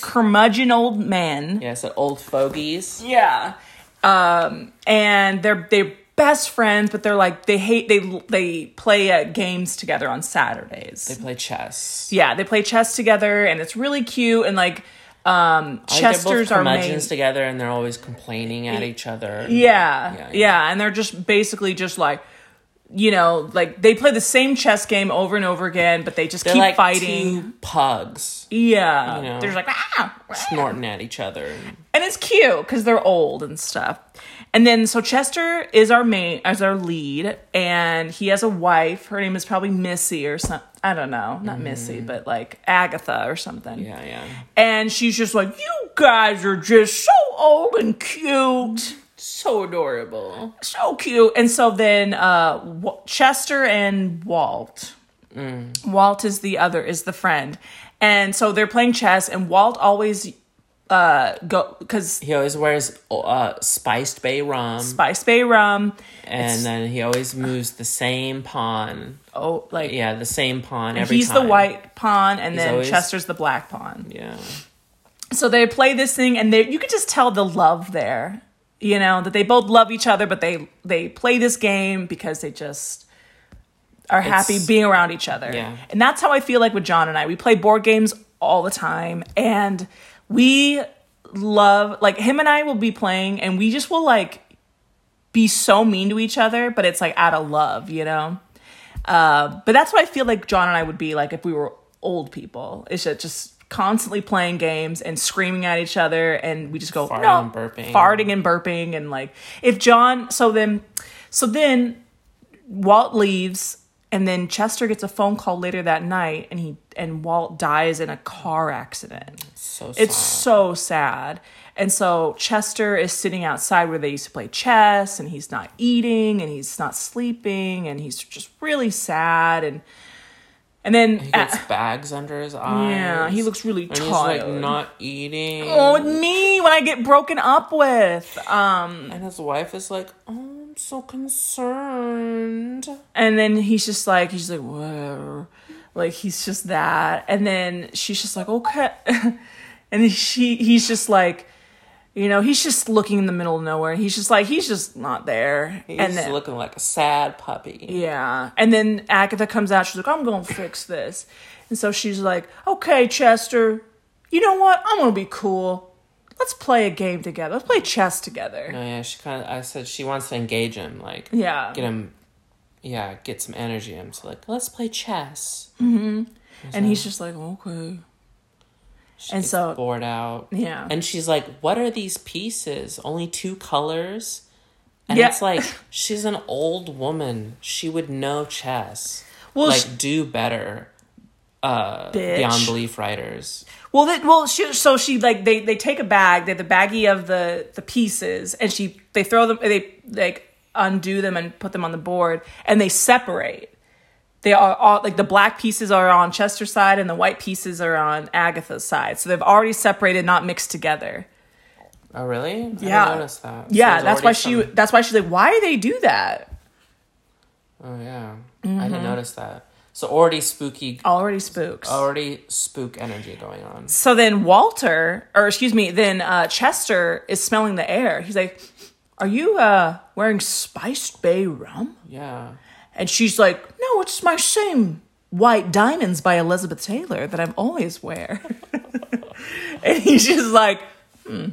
curmudgeon old men.
Yeah, so old fogies.
Yeah. Um, and they're they're best friends, but they're like they hate they they play uh, games together on Saturdays.
They play chess.
yeah, they play chess together, and it's really cute. And like, um,
Like, they're both
Chester's are made.
curmudgeons together, and they're always complaining at each other.
Yeah,
Yeah,
yeah,
yeah.
and they're just basically just like. You know, like they play the same chess game over and over again, but they just
They're
keep
like
fighting.
two pugs
yeah,
know.
they're just like ah,
snorting at each other.
and it's cute because they're old and stuff. And then so Chester is our main, as our lead, and he has a wife. Her name is probably Missy or something. I don't know, not Missy, but like Agatha or something.
Yeah, yeah.
And she's just like, "You guys are just so old and cute."
So adorable.
so cute. And so then uh, Wa- Chester and Walt. Walt is the other is the friend, and so they're playing chess. And Walt always uh, go because
He always wears uh, spiced bay rum,
Spice Bay rum.
and then he always moves the same pawn.
Oh, like
Yeah, the same pawn every
he's
time.
the white pawn, and then
always-
Chester's the black pawn.
Yeah.
So they play this thing, and they you could just tell the love there. You know that they both love each other, but they they play this game because they just are happy
It's-
being around each other.
Yeah.
And that's how I feel like with John and I. We play board games all the time, and we love like him and I will be playing, and we just will like be so mean to each other, but it's like out of love, you know. Uh, but that's what I feel like John and I would be like if we were old people. It's ju- just constantly playing games and screaming at each other, and we just go
Farting
"No,"
and burping.
farting and burping, and like if John. So then, so then, Walt leaves, and then Chester gets a phone call later that night, and he and Walt dies in a car accident.
So
It's
sad.
so sad. And so Chester is sitting outside where they used to play chess, and he's not eating, and he's not sleeping, and he's just really sad. And and then
He gets bags under his eyes.
yeah, he looks really
and he's like
tired.
not eating.
oh, and me when I get broken up with. Um,
And his wife is like, "Oh, I'm so concerned."
and then he's just like he's like whoa, like he's just that. And then she's just like okay, and then she he's just like You know, he's just looking in the middle of nowhere. and He's just like he's just not there.
He's
and then
looking like a sad puppy.
yeah, and then Agatha comes out. She's like, "I'm gonna fix this," and so she's like, "Okay, Chester, you know what? I'm gonna be cool. Let's play a game together. Let's play chess together."
Oh, yeah, she kind of. I said she wants to engage him, like
Yeah,
get him, yeah, get some energy. in him. So like, let's play chess.
and he's just like, "Okay."
She
And
gets
so-
bored out.
Yeah.
and she's like, "What are these pieces? Only two colors." And
Yeah.
it's like she's an old woman. She would know chess.
Well,
like
she-
do better. Uh,
Bitch.
beyond belief writers.
Well, that well, she, so she like they they take a bag, they have the baggie of the the pieces, and she they throw them, they like undo them and put them on the board, and they separate. They are all like the black pieces are on Chester's side, and the white pieces are on Agatha's side. So they've already separated, not mixed together.
Oh really? I
Yeah.
didn't notice that. So
Yeah,
there's
that's
already
why she.
some-
That's why she's like, why do they do that?
Oh yeah, I
Mm-hmm.
didn't notice that. So already spooky,
Already spooks.
Oh. already spook energy going on.
So then Walter, or excuse me, then uh, Chester is smelling the air. He's like, "Are you uh, wearing spiced bay rum?"
Yeah.
And she's like, No, it's my same White Diamonds by Elizabeth Taylor that I've always wear. and he's just like, hmm. Hmm.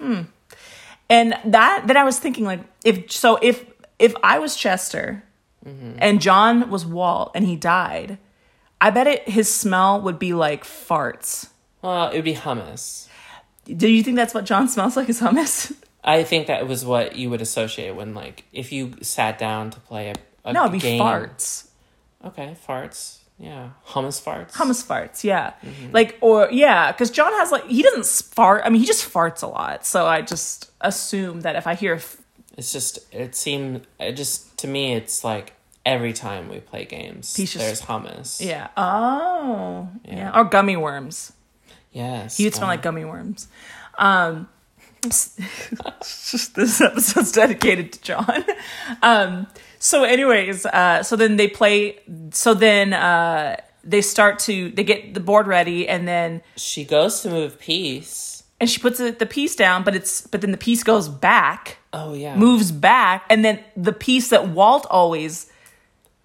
And that then I was thinking like if so if if I was Chester
Mm-hmm.
and John was Walt and he died, I bet it his smell would be like farts.
Well, it would be hummus.
Do you think that's what John smells like is hummus?
I think that was what you would associate when, like, if you sat down to play a, a
no, it'd be
game.
farts.
Okay, farts. Yeah, hummus farts.
Thomas farts, yeah. Like, or, yeah, because John has, like, he doesn't s- fart. I mean, he just farts a lot. So I just assume that if I hear, f-
It's just it seemed it just to me it's like every time we play games
He's just-
there's hummus.
yeah, oh, yeah. Or gummy worms.
Yes.
He would smell like gummy worms. Um, it's just this episode's dedicated to John. Um, so, anyways, uh, so then they play, so then, uh, they start to they get the board ready and then
she goes to move piece.
and she puts it, the piece down but it's but then the piece goes back
Oh yeah.
moves back, and then the piece that Walt always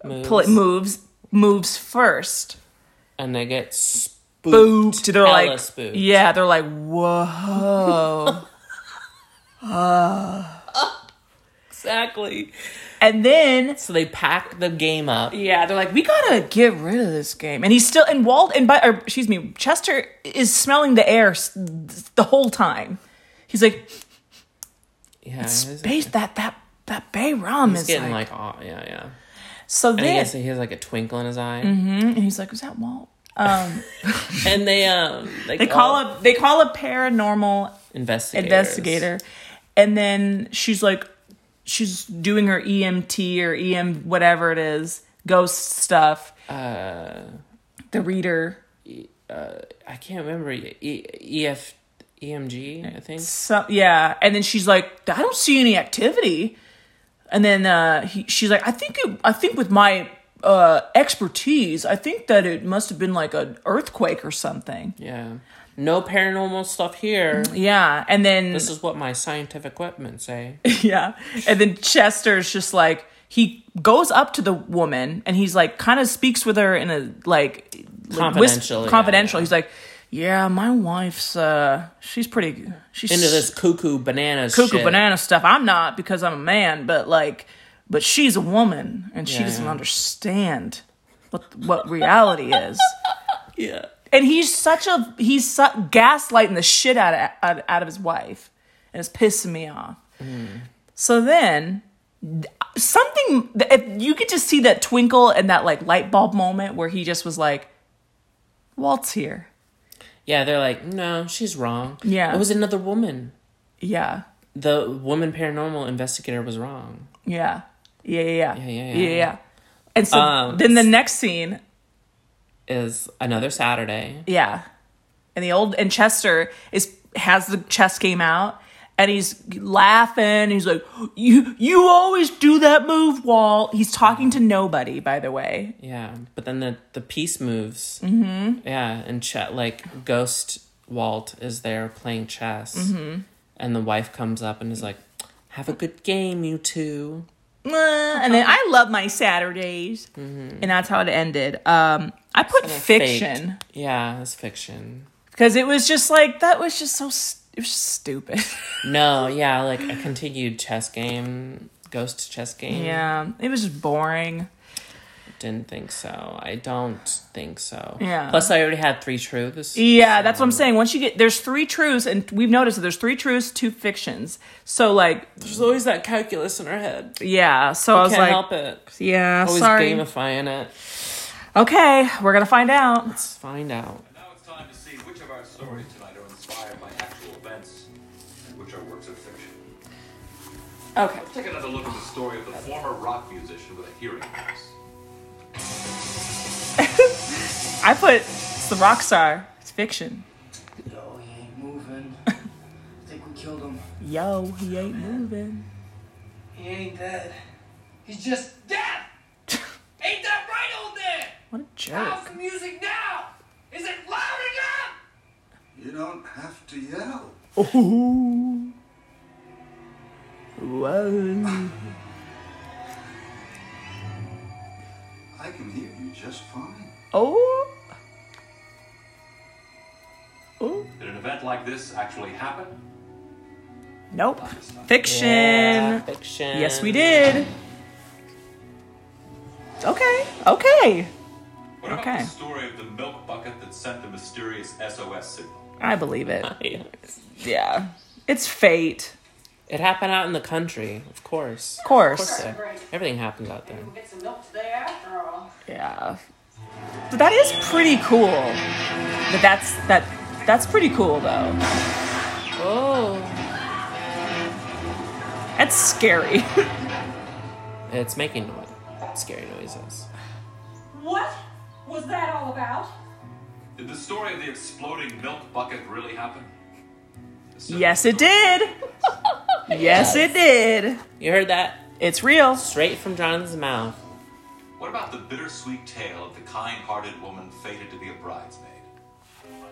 Moves.
pl- moves moves first.
and they get spooked.
Booped. They're
Hella
like,
spooked.
yeah, they're like, whoa.
Exactly.
and then,
So they pack the game up.
yeah, they're like, we gotta get rid of this game. And he's still, and Walt and but, or, excuse me, Chester is smelling the air s- the whole time. He's like,
Yeah. it is-
base that that that Bay Rum
It's
is
getting
like.
like, aw- yeah, yeah.
so
And he,
then,
has, he has like a twinkle in his eye.
and he's like, was that Walt?
And they um they,
They call a they call a paranormal
investigator.
investigator. And then she's like, she's doing her EMT or EM, whatever it is, ghost stuff.
Uh,
The reader,
I can't remember. E- E- EF EMG, I think.
so, yeah. And then she's like, I don't see any activity. And then uh, he, she's like, I think it, I think with my uh, expertise, I think that it must have been like an earthquake or something.
Yeah. No paranormal stuff here.
Yeah. And then
This is what my scientific equipment say.
yeah. And then Chester's just like he goes up to the woman and he's like kind of speaks with her in a like like,
Confidential, yeah,
confidential.
yeah.
He's like, "Yeah, my wife's uh she's pretty she's
Into this cuckoo bananas
cuckoo
shit.
banana stuff. I'm not because I'm a man, but like but she's a woman and she
Yeah,
doesn't
yeah.
understand what what reality is."
Yeah.
And he's such a he's su- gaslighting the shit out of out, out of his wife, and it's pissing me off. So then something if you could just see that twinkle and that like light bulb moment where he just was like, "Walt's here."
Yeah, they're like, no, she's wrong.
Yeah.
It was another woman.
Yeah,
The woman paranormal investigator was wrong.
yeah, yeah, yeah, yeah,
Yeah, yeah, yeah.
yeah. And so
Um,
then the next scene,
Is another Saturday.
yeah, and the old and Chester is has the chess game out. And he's laughing. He's like, "You, you always do that move, Walt." He's talking to nobody, by the way.
Yeah. But then the, the piece moves. Mm-hmm. Yeah. And chat like Ghost Walt is there playing chess. Mm-hmm. and the wife comes up and is like, "Have a good game, you two.
and then I love my Saturdays, and that's how it ended. Um, I put fiction
Faked. Yeah, it's fiction.
because it was just like that was just so st- it was just stupid.
No, yeah, like a continued chess game, ghost chess game.
yeah, it was just boring.
Didn't think so. I don't think so.
Yeah.
Plus, I already had three truths.
Yeah, that's what I'm saying. Once you get there's three truths, and we've noticed that there's three truths, two fictions. So like,
There's always that calculus in her head.
yeah. So I was
Can't
like,
help it.
yeah,
Always
sorry.
gamifying it.
okay, we're gonna find out.
Let's find out.
Now it's time to see which of our stories tonight are inspired by actual events, and which are works of fiction.
Okay.
Let's take another look at the story of the former rock musician with a hearing loss.
I put it's the rock star. It's fiction.
No, he ain't moving. I think we killed him.
Yo, he ain't moving.
He ain't dead. He's just dead! ain't that right, old man?
What a
How's
jerk.
the music now? Is it loud enough?
You don't have to yell.
Whoa.
I can hear you just fine.
Oh.
Did an event like this actually happen?
Nope. Fiction.
Yeah, fiction.
Yes, we did. Okay. Okay.
What about
Okay.
the story of the milk bucket that sent the mysterious SOS signal?
I believe it.
It
Yeah. It's fate.
happened out in the country, of course.
Of course.
So, everything happens out there.
Get some milk today after all.
Yeah. But that is pretty cool. But that's that that's pretty cool though.
Oh.
That's scary.
It's making noise. Scary noises.
What was that all about?
Did the story of the exploding milk bucket really happen? The signal
yes it
story-
did. yes it did.
You heard that
It's real.
straight from John's mouth.
What about the bittersweet tale of the kind-hearted woman fated to be a bridesmaid?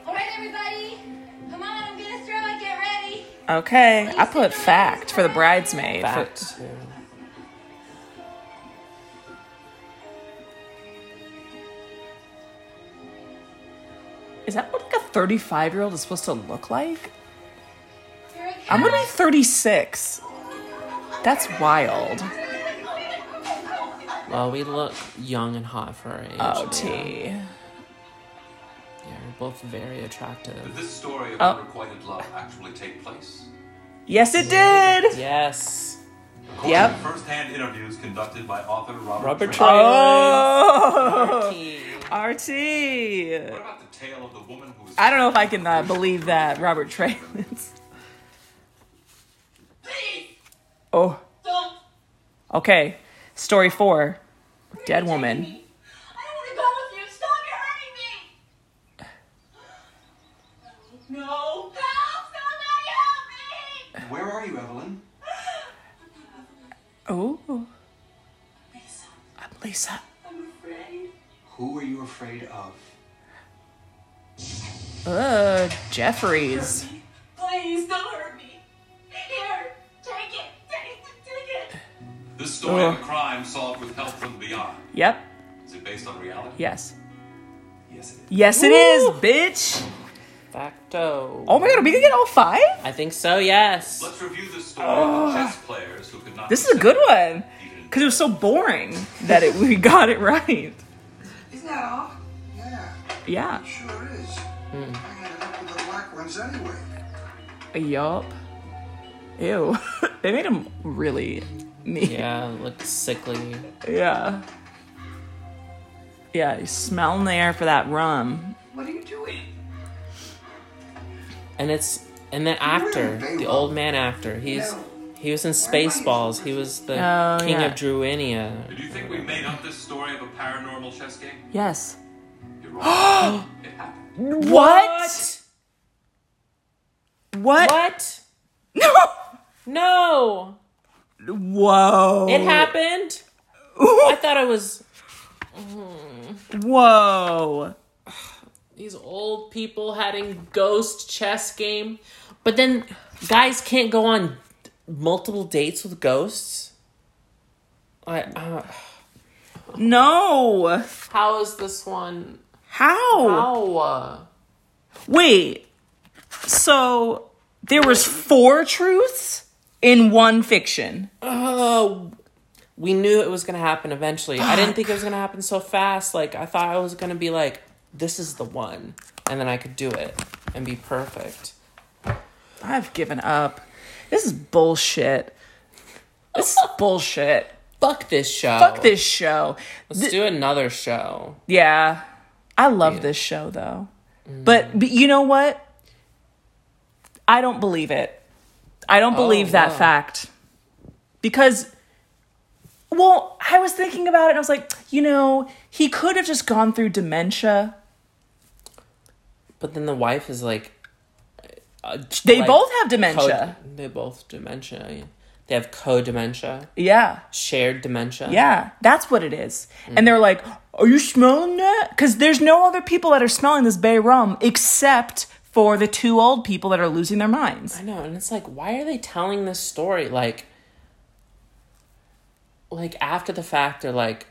All right, everybody. Come on, I'm gonna throw it. Get ready.
Okay. I put fact for the bridesmaid. for-
Back to
is that what like a 35 year old is supposed to look like?
Here it
I'm gonna be 36. That's wild.
Well, we look young and hot for our age.
Oh, T.
Yeah, we're both very attractive.
Did this story of
Oh.
unrequited love actually take place?
Yes, it did.
Yes.
According
Yep.
to first-hand interviews conducted by author Robert,
Robert
Trey-
Trey.
Oh,
Key.
RT.
What
I
about the tale of the woman who was
don't know if I can uh, believe that Robert Traylance.
Please!
Oh,
Don't!
okay. Story four. Dead woman.
Me. I don't want to go with you! Stop! You're hurting me! No! Help! Somebody help me!
Where are you, Evelyn?
Oh,
Lisa,
I'm Lisa.
I'm afraid.
Who are you afraid of?
Uh, Jeffries.
Please don't hurt me. Here, take it. Take it. Take it.
This story
Ugh.
of a crime solved with help from beyond.
Yep.
Is it based on reality?
Yes.
Yes, it is.
Yes, it is, bitch.
Facto.
Oh my god, are we gonna get all five?
I think so, yes.
Let's review the story of the chess players who could not.
This is a good one. Because it was so boring that it, we got it right.
Isn't that all?
Yeah,
Yeah.
sure is. I ended up with the black ones anyway.
Yup. Ew. they made him really mean.
Yeah, looks sickly.
Yeah. Yeah, you smell in the air for that rum.
What are you doing?
And it's and the actor, the old man actor. He's he was in Spaceballs. He was the
Oh,
king
yeah.
of Druinia.
Did you think we made up this story of a paranormal chess game?
Yes.
You're wrong. it happened.
What? What?
What?
No.
No.
Whoa.
It happened. I thought it was
Whoa.
these old people having ghost chess game. But then guys can't go on multiple dates with ghosts. I, uh,
No.
how is this one?
How?
How? uh,
Wait. So there was four truths in one fiction.
Oh, we knew it was gonna happen eventually. I didn't think it was gonna happen so fast. Like I thought I was gonna be like, this is the one, and then I could do it and be perfect.
I've given up. This is bullshit. This is bullshit.
Fuck this show.
Fuck this show.
Let's do another show.
Yeah. I love this show though. But, but you know what? I don't believe it. I don't believe that
Oh, wow.
fact. Because well, I was thinking about it and I was like, you know, he could have just gone through dementia.
But then the wife is like, uh,
They
like,
both have
co-
dementia.
they both dementia. yeah. They have co-dementia,
yeah.
shared dementia.
Yeah, that's what it is. And they're like, "Are you smelling that?" Because there's no other people that are smelling this bay rum except for the two old people that are losing their minds.
I know, and it's like, why are they telling this story? Like, like after the fact, they're like,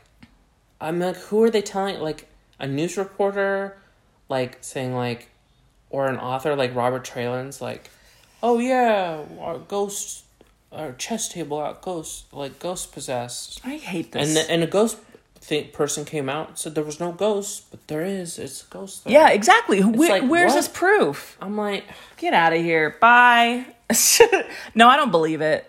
I'm like, who are they telling? Like a news reporter, like saying like, or an author like Robert Traylon's like, oh yeah, our ghost, our chess table out ghost like ghost possessed,
I hate this.
and the, and a ghost thi- person came out and said there was no ghost, but there is. It's a ghost. There.
yeah, exactly. Where,
like,
where's
what?
this proof?
I'm like,
Get out of here. Bye. no, I don't believe it.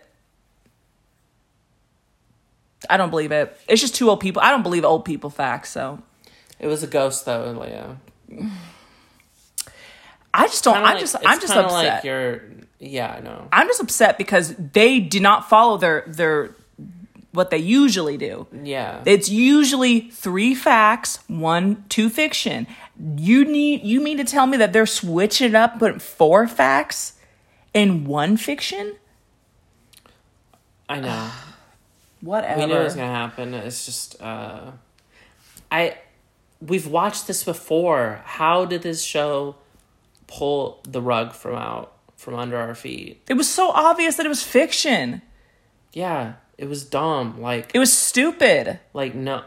I don't believe it. It's just two old people. I don't believe old people facts, so
it was a ghost though, Leah.
I just don't.
Kinda
I'm
like-
just.
it's
I'm just
kinda
upset.
Like you're, yeah, I know.
I'm just upset because they do not follow their their what they usually do.
Yeah,
It's usually three facts, one two fiction. You need you mean to tell me that they're switching it up, putting four facts in one fiction?
I know.
Whatever.
We knew it was gonna happen. It's just, uh, I, we've watched this before. How did this show pull the rug from out from under our feet?
It was so obvious that it was fiction.
Yeah, it was dumb. Like,
It was stupid.
like no,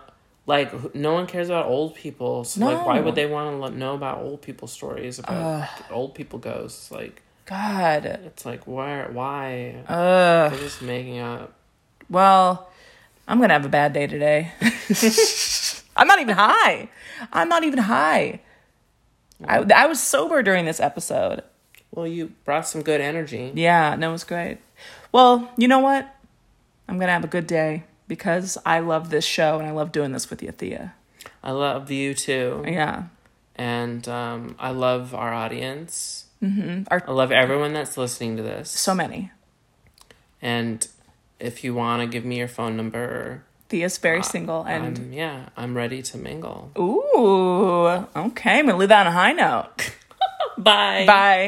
like who- no one cares about old people. So like, why
No.
would they want to know about old people stories about old people ghosts? Like,
God.
it's like where, why?
Ugh.
They're just making up.
Well, I'm gonna have a bad day today. I'm not even high. I'm not even high. I, I was sober during this episode.
Well, you brought some good energy.
Yeah, no, it was great. Well, you know what? I'm gonna have a good day because I love this show and I love doing this with you, Thea.
I love you too.
Yeah.
and um, I love our audience. Mm-hmm.
Our-
I love everyone that's listening to this.
So many.
and if you want to give me your phone number,
Thea's very single and
I'm, yeah, Uh, I'm ready to mingle.
ooh. Okay, I'm gonna leave that on a high note.
Bye.
Bye.